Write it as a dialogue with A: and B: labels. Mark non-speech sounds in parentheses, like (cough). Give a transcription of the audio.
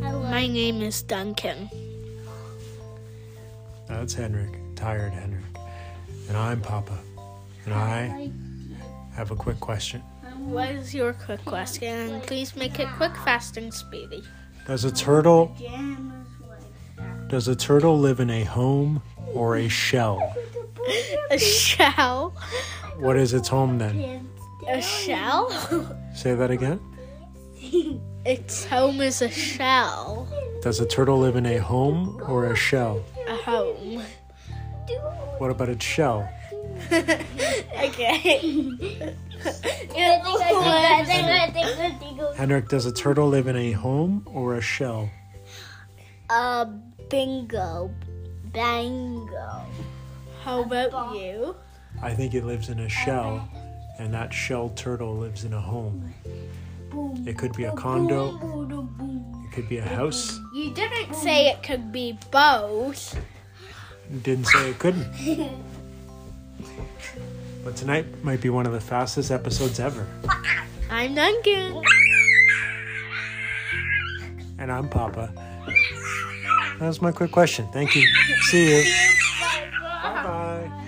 A: My name is Duncan.
B: That's Henrik, tired Henrik. And I'm Papa. And I have a quick question.
A: What is your quick question? And please make it quick, fast, and speedy.
B: Does a turtle does a turtle live in a home or a shell?
A: A shell?
B: What is its home then?
A: A shell?
B: Say that again.
A: Its home is a shell.
B: Does a turtle live in a home or a shell?
A: A home.
B: What about its shell?
A: Okay.
B: Henrik, does a turtle live in a home or a shell?
C: (laughs) Uh, bingo. Bango.
A: How about you?
B: I think it lives in a shell, and that shell turtle lives in a home. It could be a condo, it could be a house.
A: You didn't say it could be both.
B: Didn't say it couldn't. But tonight might be one of the fastest episodes ever.
A: I'm Duncan.
B: And I'm Papa. That was my quick question. Thank you. See you. Bye bye.